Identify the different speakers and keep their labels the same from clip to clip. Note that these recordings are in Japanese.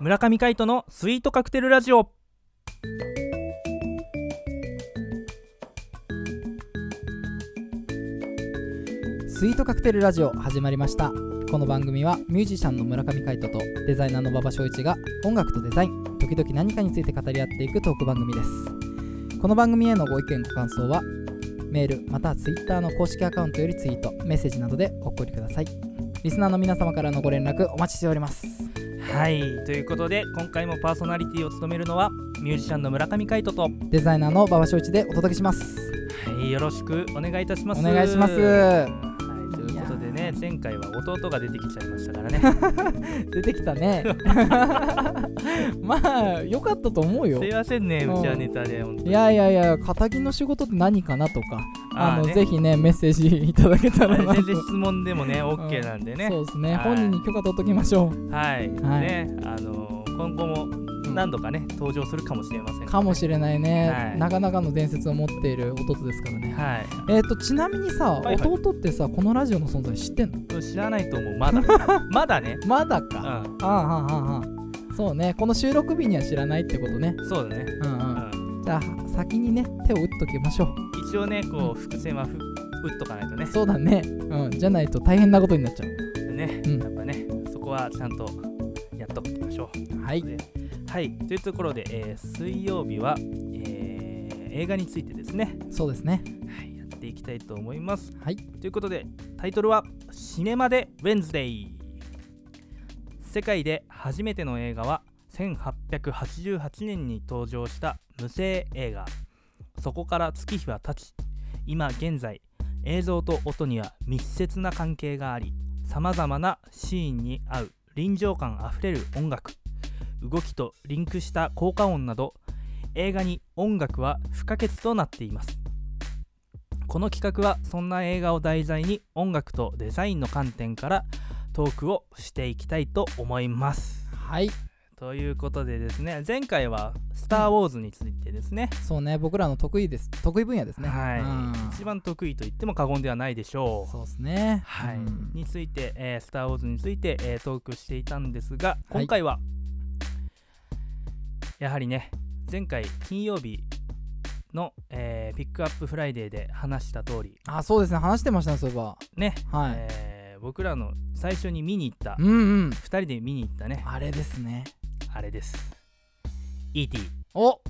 Speaker 1: 村上海人のスイートカクテルラジオ
Speaker 2: スイートカクテルラジオ始まりましたこの番組はミュージシャンの村上海人とデザイナーの馬場翔一が音楽とデザイン時々何かについて語り合っていくトーク番組ですこの番組へのご意見ご感想はメールまたはツイッターの公式アカウントよりツイートメッセージなどでお送りくださいリスナーの皆様からのご連絡お待ちしております
Speaker 1: はいということで今回もパーソナリティを務めるのはミュージシャンの村上海人とは
Speaker 2: デザイナーの馬場翔一でお届けします
Speaker 1: いよろしくお願いいたします
Speaker 2: お願いします
Speaker 1: はいということでね前回は弟が出てきちゃいましたからね
Speaker 2: 出てきたね まあ良かったと思うよ
Speaker 1: すいませんね
Speaker 2: うん
Speaker 1: うちはネタで本当に
Speaker 2: いやいやいや、肩着の仕事って何かなとか、あ
Speaker 1: ー
Speaker 2: の
Speaker 1: ね
Speaker 2: ぜひね、メッセージいただけた
Speaker 1: あ
Speaker 2: ら
Speaker 1: れ
Speaker 2: なと。
Speaker 1: 全然質問でもね OK なんでね
Speaker 2: そうですね、
Speaker 1: はい
Speaker 2: 本人に許可取っときましょ
Speaker 1: はい、
Speaker 2: はい
Speaker 1: ねあのー今後も
Speaker 2: う。
Speaker 1: 何度かね、登場するかもしれませんが
Speaker 2: かもしれないね、
Speaker 1: はい
Speaker 2: なかなかの伝説を持っている弟ですからね。
Speaker 1: はい
Speaker 2: えっ、と、ちなみにさ、
Speaker 1: はいはい
Speaker 2: 弟ってさ、このラジオの存在知ってんの
Speaker 1: 知らないと思うまだ まだね
Speaker 2: まだ
Speaker 1: う
Speaker 2: か。
Speaker 1: ん
Speaker 2: ああ、ああ、ああ。そうね、この収録日には知らないってことね。
Speaker 1: そうだね、
Speaker 2: うんう。
Speaker 1: うんん、
Speaker 2: じゃあ、先にね、手を打っときましょう。
Speaker 1: 一応ねこう伏線はふ打っとかないとね
Speaker 2: そうだね。うん、じゃないと大変なことになっちゃう。
Speaker 1: ね、
Speaker 2: うん
Speaker 1: やっぱねそこはちゃんとやっときましょ
Speaker 2: は
Speaker 1: う
Speaker 2: い。
Speaker 1: ではいというところで、えー水曜日は、えー映画についてですね、
Speaker 2: そうですね。
Speaker 1: はい、やっていきたいと思います
Speaker 2: はい。
Speaker 1: ということでタイトルは「シネマでウェンズデイ」世界で初めての映画は1888年に登場した無声映画そこから月日は経ち今現在映像と音には密接な関係がありさまざまなシーンに合う臨場感あふれる音楽動きとリンクした効果音など映画に音楽は不可欠となっていますこの企画はそんな映画を題材に音楽とデザインの観点からトークをしていきたいと思います。
Speaker 2: はい。
Speaker 1: ということでですね前回は「スター・ウォーズ」についてですね,、
Speaker 2: そうね、僕らの得意です。得意分野ですね。
Speaker 1: はい、
Speaker 2: うん
Speaker 1: 一番得意と言っても過言ではないでしょう。
Speaker 2: そうですね。
Speaker 1: はい、
Speaker 2: うん
Speaker 1: について、えースター・ウォーズ」について、えートークしていたんですが
Speaker 2: はい
Speaker 1: 今回は、やはりね前回金曜日の、えーピックアップフライデーで話した通り
Speaker 2: あ、そうですね。話してましたね、そういえば。
Speaker 1: ね
Speaker 2: はい。
Speaker 1: えー僕らの最初に見に行った
Speaker 2: うんうん。
Speaker 1: 2人で見に行ったね
Speaker 2: あれですね。
Speaker 1: あれです ET
Speaker 2: お行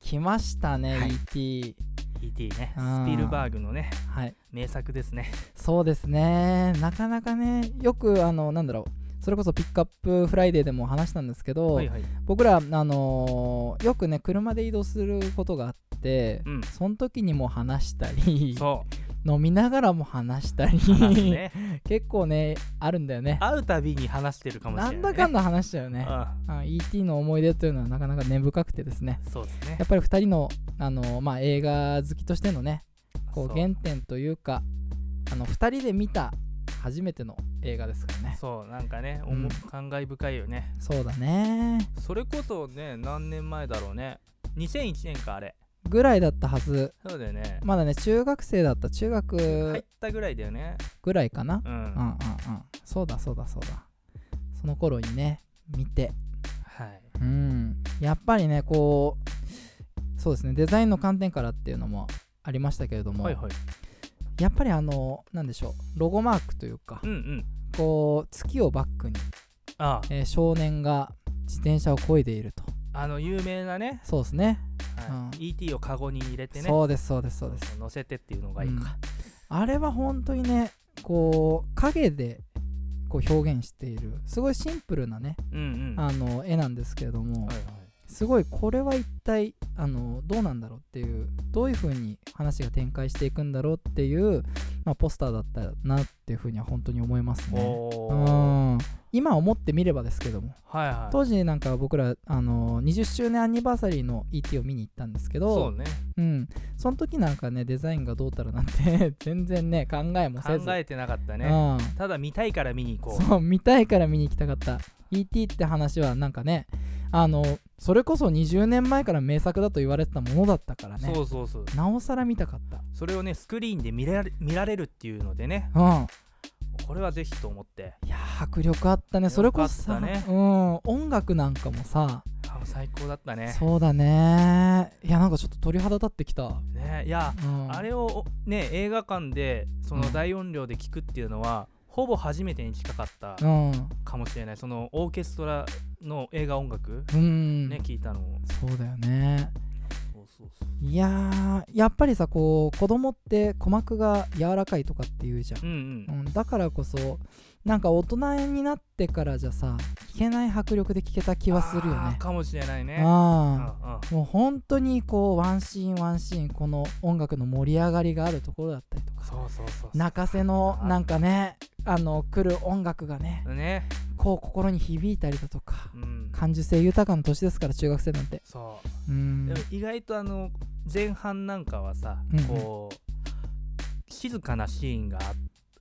Speaker 2: きましたね、
Speaker 1: はい
Speaker 2: ET。
Speaker 1: ET ね
Speaker 2: あ
Speaker 1: ス
Speaker 2: ー
Speaker 1: ピルバーグのね
Speaker 2: はい。
Speaker 1: 名作ですね
Speaker 2: そうですね。なかなかね、よく、あの、なんだろう。それこそピックアップフライデーでも話したんですけど、
Speaker 1: はいはい
Speaker 2: 僕ら、あのーよくね、車で移動することがあって、
Speaker 1: うん
Speaker 2: その時にも話したり、
Speaker 1: そ
Speaker 2: 飲みながらも話したり、
Speaker 1: う話すね
Speaker 2: 結構ね、あるんだよね。
Speaker 1: 会うたびに話してるかもしれ
Speaker 2: な
Speaker 1: ない、
Speaker 2: ん
Speaker 1: ね、
Speaker 2: だかんだ話だよね。あ ET の思い出というのはなかなか根深くてですね
Speaker 1: うんそうですね
Speaker 2: やっぱり2人のあの、まあ、映画好きとしてのねこう
Speaker 1: そう
Speaker 2: 原点というかあの2人で見た初めての映画ですからね
Speaker 1: そうなんかね、
Speaker 2: うん
Speaker 1: おも感慨深いよね
Speaker 2: そうだね
Speaker 1: それこそね何年前だろうね2001年かあれ
Speaker 2: ぐらいだったはず
Speaker 1: そうだよね
Speaker 2: まだね中学生だった中
Speaker 1: 入っ
Speaker 2: 学
Speaker 1: たぐらいだよね
Speaker 2: ぐらいかな、
Speaker 1: うん、
Speaker 2: うん、うんうんそうだそうだそうだその頃にね見て
Speaker 1: はい
Speaker 2: うんやっぱりねこうそうですねデザインの観点からっていうのもありましたけれども、
Speaker 1: はいはい
Speaker 2: やっぱりあのなんでしょうロゴマークというか
Speaker 1: うんうん
Speaker 2: こう月をバックに、
Speaker 1: あ
Speaker 2: えー少年が自転車を漕いでいると
Speaker 1: ああの有名なね
Speaker 2: そうですね
Speaker 1: はい
Speaker 2: うん
Speaker 1: ET をカゴに入れてね
Speaker 2: そうですそうですそうです
Speaker 1: 乗せてっていうのがいいか、
Speaker 2: あれは本当にねこう影でこう表現しているすごいシンプルなね
Speaker 1: うん、うん
Speaker 2: あの絵なんですけれども
Speaker 1: はいはい
Speaker 2: すごいこれは一体あのどうなんだろうっていうどういう風に話が展開していくんだろうっていう、まあ、ポスターだったなっていう風には本当に思いますね。
Speaker 1: お
Speaker 2: う
Speaker 1: ー
Speaker 2: ん今思ってみればですけども
Speaker 1: はいはい
Speaker 2: 当時なんか僕ら、あの20周年アニバーサリーの ET を見に行ったんですけ
Speaker 1: そう
Speaker 2: ど
Speaker 1: ね
Speaker 2: うん、その時なんかねデザインがどうたらなんて 全然ね考えもせず
Speaker 1: 考えてなかったね、
Speaker 2: う
Speaker 1: ただ見たいから見に行こ
Speaker 2: ん、
Speaker 1: う
Speaker 2: そう見たいから見に行きたかった ET って話はなんかねあのそれこそ20年前から名作だと言われてたものだったからね
Speaker 1: そうそうそう
Speaker 2: なおさら見たかった
Speaker 1: それをねスクリーンで見られ見られるっていうのでね
Speaker 2: うん
Speaker 1: これはぜひと思って
Speaker 2: いやー迫力あったねそれこそ
Speaker 1: よ
Speaker 2: さ、
Speaker 1: かったね
Speaker 2: うん、音楽なんかもさ、
Speaker 1: あ最高だったね
Speaker 2: そうだねいやなんかちょっと鳥肌立ってきた、う
Speaker 1: ねいや、
Speaker 2: ん、
Speaker 1: あれをね映画館でその
Speaker 2: うん
Speaker 1: 大音量で聞くっていうのは、ほぼ初めてに近かった
Speaker 2: うん
Speaker 1: かもしれないそのオーケストラの映画音楽
Speaker 2: うん、
Speaker 1: ね聞いたの
Speaker 2: そうだよね
Speaker 1: そうそうそう
Speaker 2: いやーやっぱりさこう子供って鼓膜が柔らかいとかって言うじゃん、
Speaker 1: うんう
Speaker 2: うんん、だからこそなんか大人になってからじゃさ聞けない迫力で聞けた気はするよ
Speaker 1: あー
Speaker 2: ね
Speaker 1: かもしれないねうんうん
Speaker 2: あ
Speaker 1: あ
Speaker 2: あもう本当にこうワンシーンワンシーンこの音楽の盛り上がりがあるところだったりとか
Speaker 1: そうそうそう
Speaker 2: 泣かせの
Speaker 1: あ
Speaker 2: なんかねあの来る音楽がね
Speaker 1: ね
Speaker 2: こう心に響いたりだとか
Speaker 1: うん
Speaker 2: 感受性豊かな年ですから中学生なんて
Speaker 1: そううで
Speaker 2: ん
Speaker 1: も意外とあの前半なんかはさ、
Speaker 2: うん
Speaker 1: こう静かなシーンが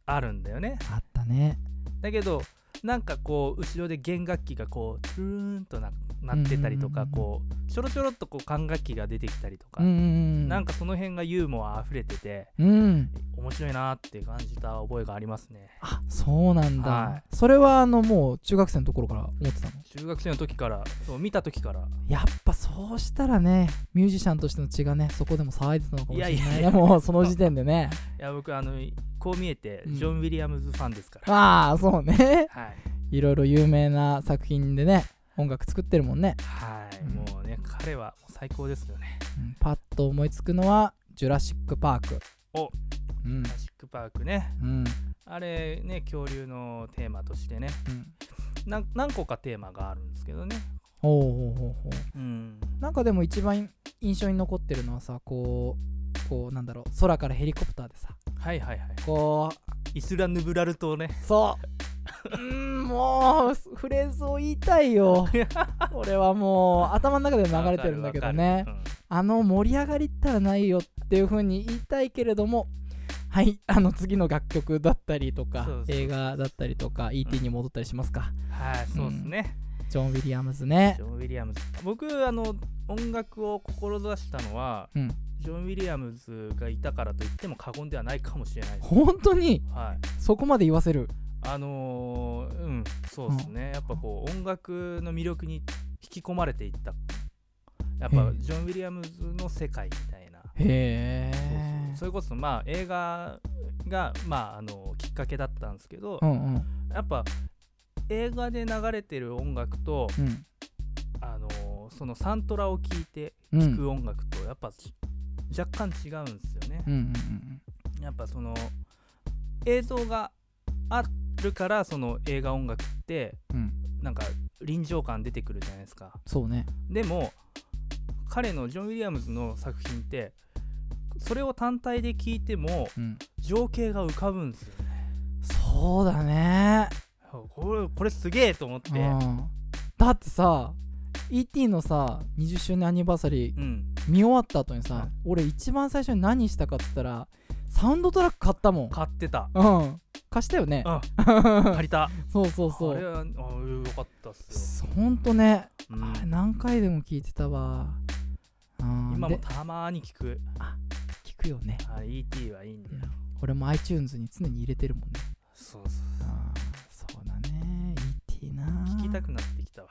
Speaker 1: ああるんだよね
Speaker 2: あったね
Speaker 1: だけどなんかこう後ろで弦楽器がこうトゥルーンとななってたりとか、
Speaker 2: うんうんうん
Speaker 1: こうちょろちょろっとこう管楽器が出てきたりとか、
Speaker 2: うんうんうん
Speaker 1: なんかその辺がユーモアあふれてて
Speaker 2: うん
Speaker 1: 面白いなって感じた覚えがありますね
Speaker 2: あそうなんだ、
Speaker 1: は
Speaker 2: それはあのもう中学生のところから思ってたの
Speaker 1: 中学生の時からそう見た時から
Speaker 2: やっぱそうしたらねミュージシャンとしての血がねそこでも騒いでたのかもしれない
Speaker 1: いやい
Speaker 2: ね
Speaker 1: やいや
Speaker 2: もうその時点でね
Speaker 1: いや僕あのこう見えて
Speaker 2: うん
Speaker 1: ジョン・ウィリアムズファンですから、
Speaker 2: ああそうね
Speaker 1: はい
Speaker 2: いろいろ有名な作品でね音楽作ってるもんね、
Speaker 1: はい、
Speaker 2: うん
Speaker 1: もうね彼はもう最高ですよね
Speaker 2: うんパッと思いつくのは「ジュラシック・パーク」
Speaker 1: お
Speaker 2: うん
Speaker 1: ジュラシック・パークね
Speaker 2: うん
Speaker 1: あれね恐竜のテーマとしてね
Speaker 2: うん
Speaker 1: なん何個かテーマがあるんですけどね
Speaker 2: ほうほうほうほう
Speaker 1: うん
Speaker 2: なんかでも一番印象に残ってるのはさこうこうなんだろう空からヘリコプターでさ
Speaker 1: はいはいはい
Speaker 2: こう
Speaker 1: イスラヌブラル島ね
Speaker 2: そう。う ーんもうフレーズを言いたいよ俺はもう頭の中で流れてるんだけどね
Speaker 1: わかるわかる
Speaker 2: あの盛り上がりったらないよっていう風に言いたいけれどもはいあの次の楽曲だったりとか
Speaker 1: そうそう
Speaker 2: 映画だったりとか ET に戻ったりしますか、
Speaker 1: うんはいそうですね、
Speaker 2: ジョン・ウィリアムズね
Speaker 1: ジョン・ウィリアムズ僕あの音楽を志したのは、
Speaker 2: うん
Speaker 1: ジョン・ウィリアムズがいたからといっても過言ではないかもしれないです
Speaker 2: 本当に
Speaker 1: はい
Speaker 2: そこまで言わせる
Speaker 1: あのーうんそうですね、やっぱこう音楽の魅力に引き込まれていったやっ
Speaker 2: へ
Speaker 1: ぱ
Speaker 2: え
Speaker 1: ジョン・ウィリアムズの世界みたいな
Speaker 2: へ
Speaker 1: そう
Speaker 2: え
Speaker 1: そうそれこそまあ映画がまああのきっかけだったんですけど、
Speaker 2: うんうん
Speaker 1: やっぱ映画で流れてる音楽と、
Speaker 2: うん
Speaker 1: あのーそのサントラを聴いて
Speaker 2: うん
Speaker 1: 聴く音楽とやっぱし若干違うんですよね
Speaker 2: うんう。ん
Speaker 1: やっぱその映像があるからその映画音楽って
Speaker 2: うんうん
Speaker 1: なんか臨場感出てくるじゃないですか。
Speaker 2: そうね
Speaker 1: でも彼のジョン・ウィリアムズの作品ってそれを単体で聴いても
Speaker 2: うん
Speaker 1: 情景が浮かぶんですよね。
Speaker 2: そうだね
Speaker 1: これこれすげえと思って。
Speaker 2: うんだってさ E.T. のさ20周年アニバーサリー
Speaker 1: うん、
Speaker 2: 見終わった後にさ、
Speaker 1: はい
Speaker 2: 俺一番最初に何したかって言ったらサウンドトラック買ったもん
Speaker 1: 買ってた。
Speaker 2: うん貸したよね
Speaker 1: うん、 借りた。
Speaker 2: そうそうそ
Speaker 1: あれ
Speaker 2: う
Speaker 1: はあよかったっす
Speaker 2: そほんとね、
Speaker 1: よ。うん
Speaker 2: あれ何回でも聞いてたわうん
Speaker 1: 今も
Speaker 2: で
Speaker 1: たまに聞く。
Speaker 2: 聞くよね
Speaker 1: あ ET はいいんだよ。
Speaker 2: 俺も iTunes に常に入れてるもんね
Speaker 1: そうそう
Speaker 2: あーそうだね E.T. な
Speaker 1: 聞きたくなってきたわ。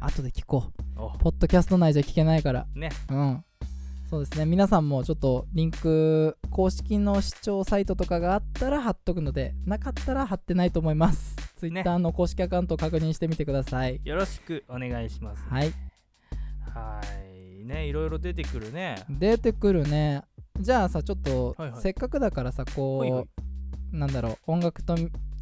Speaker 2: 後で聞こう
Speaker 1: お
Speaker 2: ポッドキャスト内じゃ聞けないから。
Speaker 1: ね。
Speaker 2: うん。そうですね。皆さんもちょっとリンク、公式の視聴サイトとかがあったら貼っとくので、なかったら貼ってないと思います。Twitter の公式アカウントを確認してみてください。
Speaker 1: よろしくお願いします。
Speaker 2: はい。
Speaker 1: はーい。ね、いろいろ出てくるね。
Speaker 2: 出てくるね。じゃあさ、ちょっと、
Speaker 1: はいはい
Speaker 2: せっかくだからさ、こう、
Speaker 1: はいはい
Speaker 2: なんだろう、音楽と、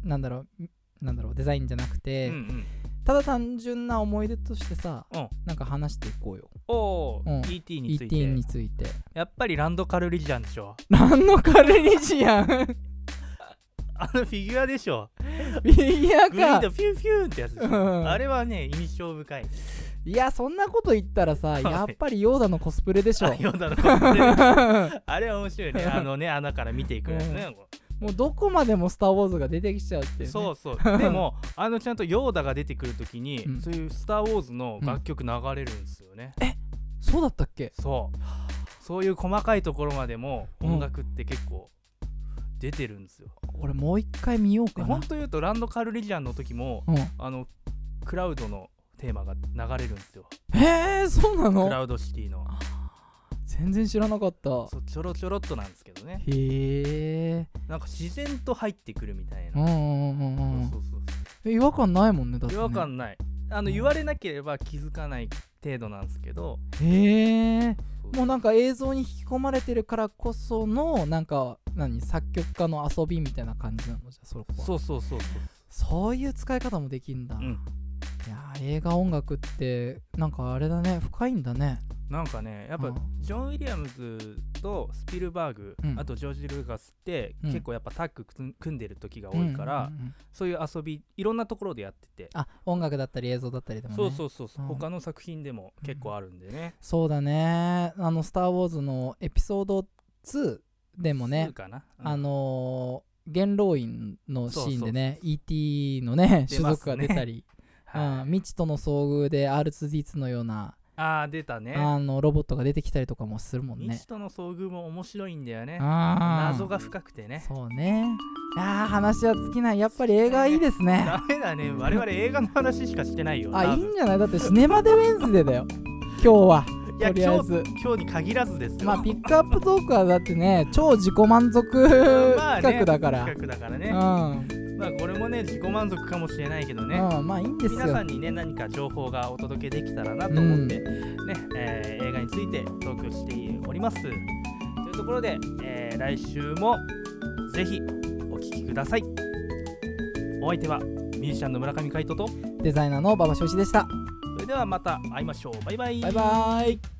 Speaker 2: なんだろう、なんだろう、デザインじゃなく
Speaker 1: う
Speaker 2: て、
Speaker 1: んうん。
Speaker 2: ただ単純な思い出としてさ、
Speaker 1: うん
Speaker 2: なんか話していこうよ。
Speaker 1: おお、
Speaker 2: うん
Speaker 1: ET につい
Speaker 2: ET
Speaker 1: て
Speaker 2: に。ついて。
Speaker 1: やっぱりランドカルリジャンでしょ。
Speaker 2: 何のカルリジアン
Speaker 1: あのフィギュアでしょ。
Speaker 2: フィギュア
Speaker 1: グリーン
Speaker 2: か
Speaker 1: とピュンピュンってやつでしょ
Speaker 2: うん
Speaker 1: あれはね、印象深い。
Speaker 2: いやそんなこと言ったらさ
Speaker 1: い
Speaker 2: やっぱりヨーダのコスプレでしょ
Speaker 1: あ読んだのかもしれない
Speaker 2: も
Speaker 1: あれは面白いね。あのね、穴から見ていくやつね。
Speaker 2: うどこまで も「スター・ウォーズ」が出てきちゃうっていう、ね、
Speaker 1: そうそう。でも、あのちゃんとヨーダが出てくるときに、
Speaker 2: うん
Speaker 1: そういう「スター・ウォーズ」の楽曲流れるんですよね。
Speaker 2: そうだったっけ
Speaker 1: そう。そういう細かいところまでも
Speaker 2: うん
Speaker 1: 音楽って結構出てるんですよ
Speaker 2: 俺もう一回見よう
Speaker 1: で
Speaker 2: かな
Speaker 1: 本当言うとランド・カルリジャンの時も
Speaker 2: うん、
Speaker 1: あのクラウドのテーマが流れるんですよ
Speaker 2: へえそうな
Speaker 1: ク
Speaker 2: の
Speaker 1: ラウドシティの
Speaker 2: 全然知らなかった
Speaker 1: そうちょろちょろっとなんですけどね
Speaker 2: へえ
Speaker 1: なんか自然と入ってくるみたい
Speaker 2: うん
Speaker 1: な、
Speaker 2: うんうんうんうん
Speaker 1: そうそうそう
Speaker 2: え違和感ないもんねだって、
Speaker 1: 違
Speaker 2: ね、
Speaker 1: 和感ないあの
Speaker 2: うん
Speaker 1: 言われなければ気づかない程度なんですけど
Speaker 2: へえ
Speaker 1: そう
Speaker 2: もうなんか映像に引き込まれてるからこそのなんか何作曲家の遊びみたいな感じなのじゃあそこは
Speaker 1: そうそうそうそう
Speaker 2: そういう使い方もできんだ、
Speaker 1: う
Speaker 2: い
Speaker 1: ん
Speaker 2: やー映画音楽ってなんかあれだね深いんだね
Speaker 1: なんかねやっ
Speaker 2: う
Speaker 1: ぱ
Speaker 2: ん
Speaker 1: ジョン・ウィリアムズとスピルバーグ、
Speaker 2: うん
Speaker 1: あとジョージ・ルーガスって、
Speaker 2: うん
Speaker 1: 結構やっぱタッグ組ん組んでる時が多いから、
Speaker 2: うんうんうん
Speaker 1: そういう遊びいろんなところでやってて、
Speaker 2: あ音楽だったり映像だったりでもね
Speaker 1: そうそうそうそう、
Speaker 2: うん
Speaker 1: 他の作品でも結構あるんでね、
Speaker 2: そうだねあの「スター・ウォーズ」のエピソード2でも
Speaker 1: そう
Speaker 2: ね、
Speaker 1: かな、うん
Speaker 2: あのー元老院のシーンでね E.T. のね
Speaker 1: 出
Speaker 2: 種
Speaker 1: ますね
Speaker 2: 族が出たり、
Speaker 1: はい
Speaker 2: うん、未知との遭遇で R2D2 のような
Speaker 1: あー出たね
Speaker 2: あのロボットが出てきたりとかもするもん
Speaker 1: 未
Speaker 2: ね
Speaker 1: 知。との遭遇も面白いんだよね
Speaker 2: あー
Speaker 1: 謎が深くてね
Speaker 2: そうね。あー話は尽きない。やっぱり映画はいいですね。
Speaker 1: ダメだね我々映画の話しかしてないよ多
Speaker 2: あいい
Speaker 1: 分
Speaker 2: んじゃないだってシネマでウェンズデーだよ。今日は。
Speaker 1: いや
Speaker 2: とりあえ
Speaker 1: 今
Speaker 2: ず
Speaker 1: 日今日に限らずですよ
Speaker 2: まあピックアップトークはだってね超自己満足企画だから。
Speaker 1: 企画だからね、
Speaker 2: うん、
Speaker 1: まあこれもね自己満足かもしれないけどね、
Speaker 2: うん、まあいいんですよ。
Speaker 1: 皆さんにね何か情報がお届けできたらなと思って、ねえー映画についてトークしておりますというところで、えー来週もぜひお聴きくださいお相手はミュージシャンの村上海人と
Speaker 2: デザイナーの馬場翔一でした。
Speaker 1: それではまた会いましょうバイバイ
Speaker 2: バイバイ。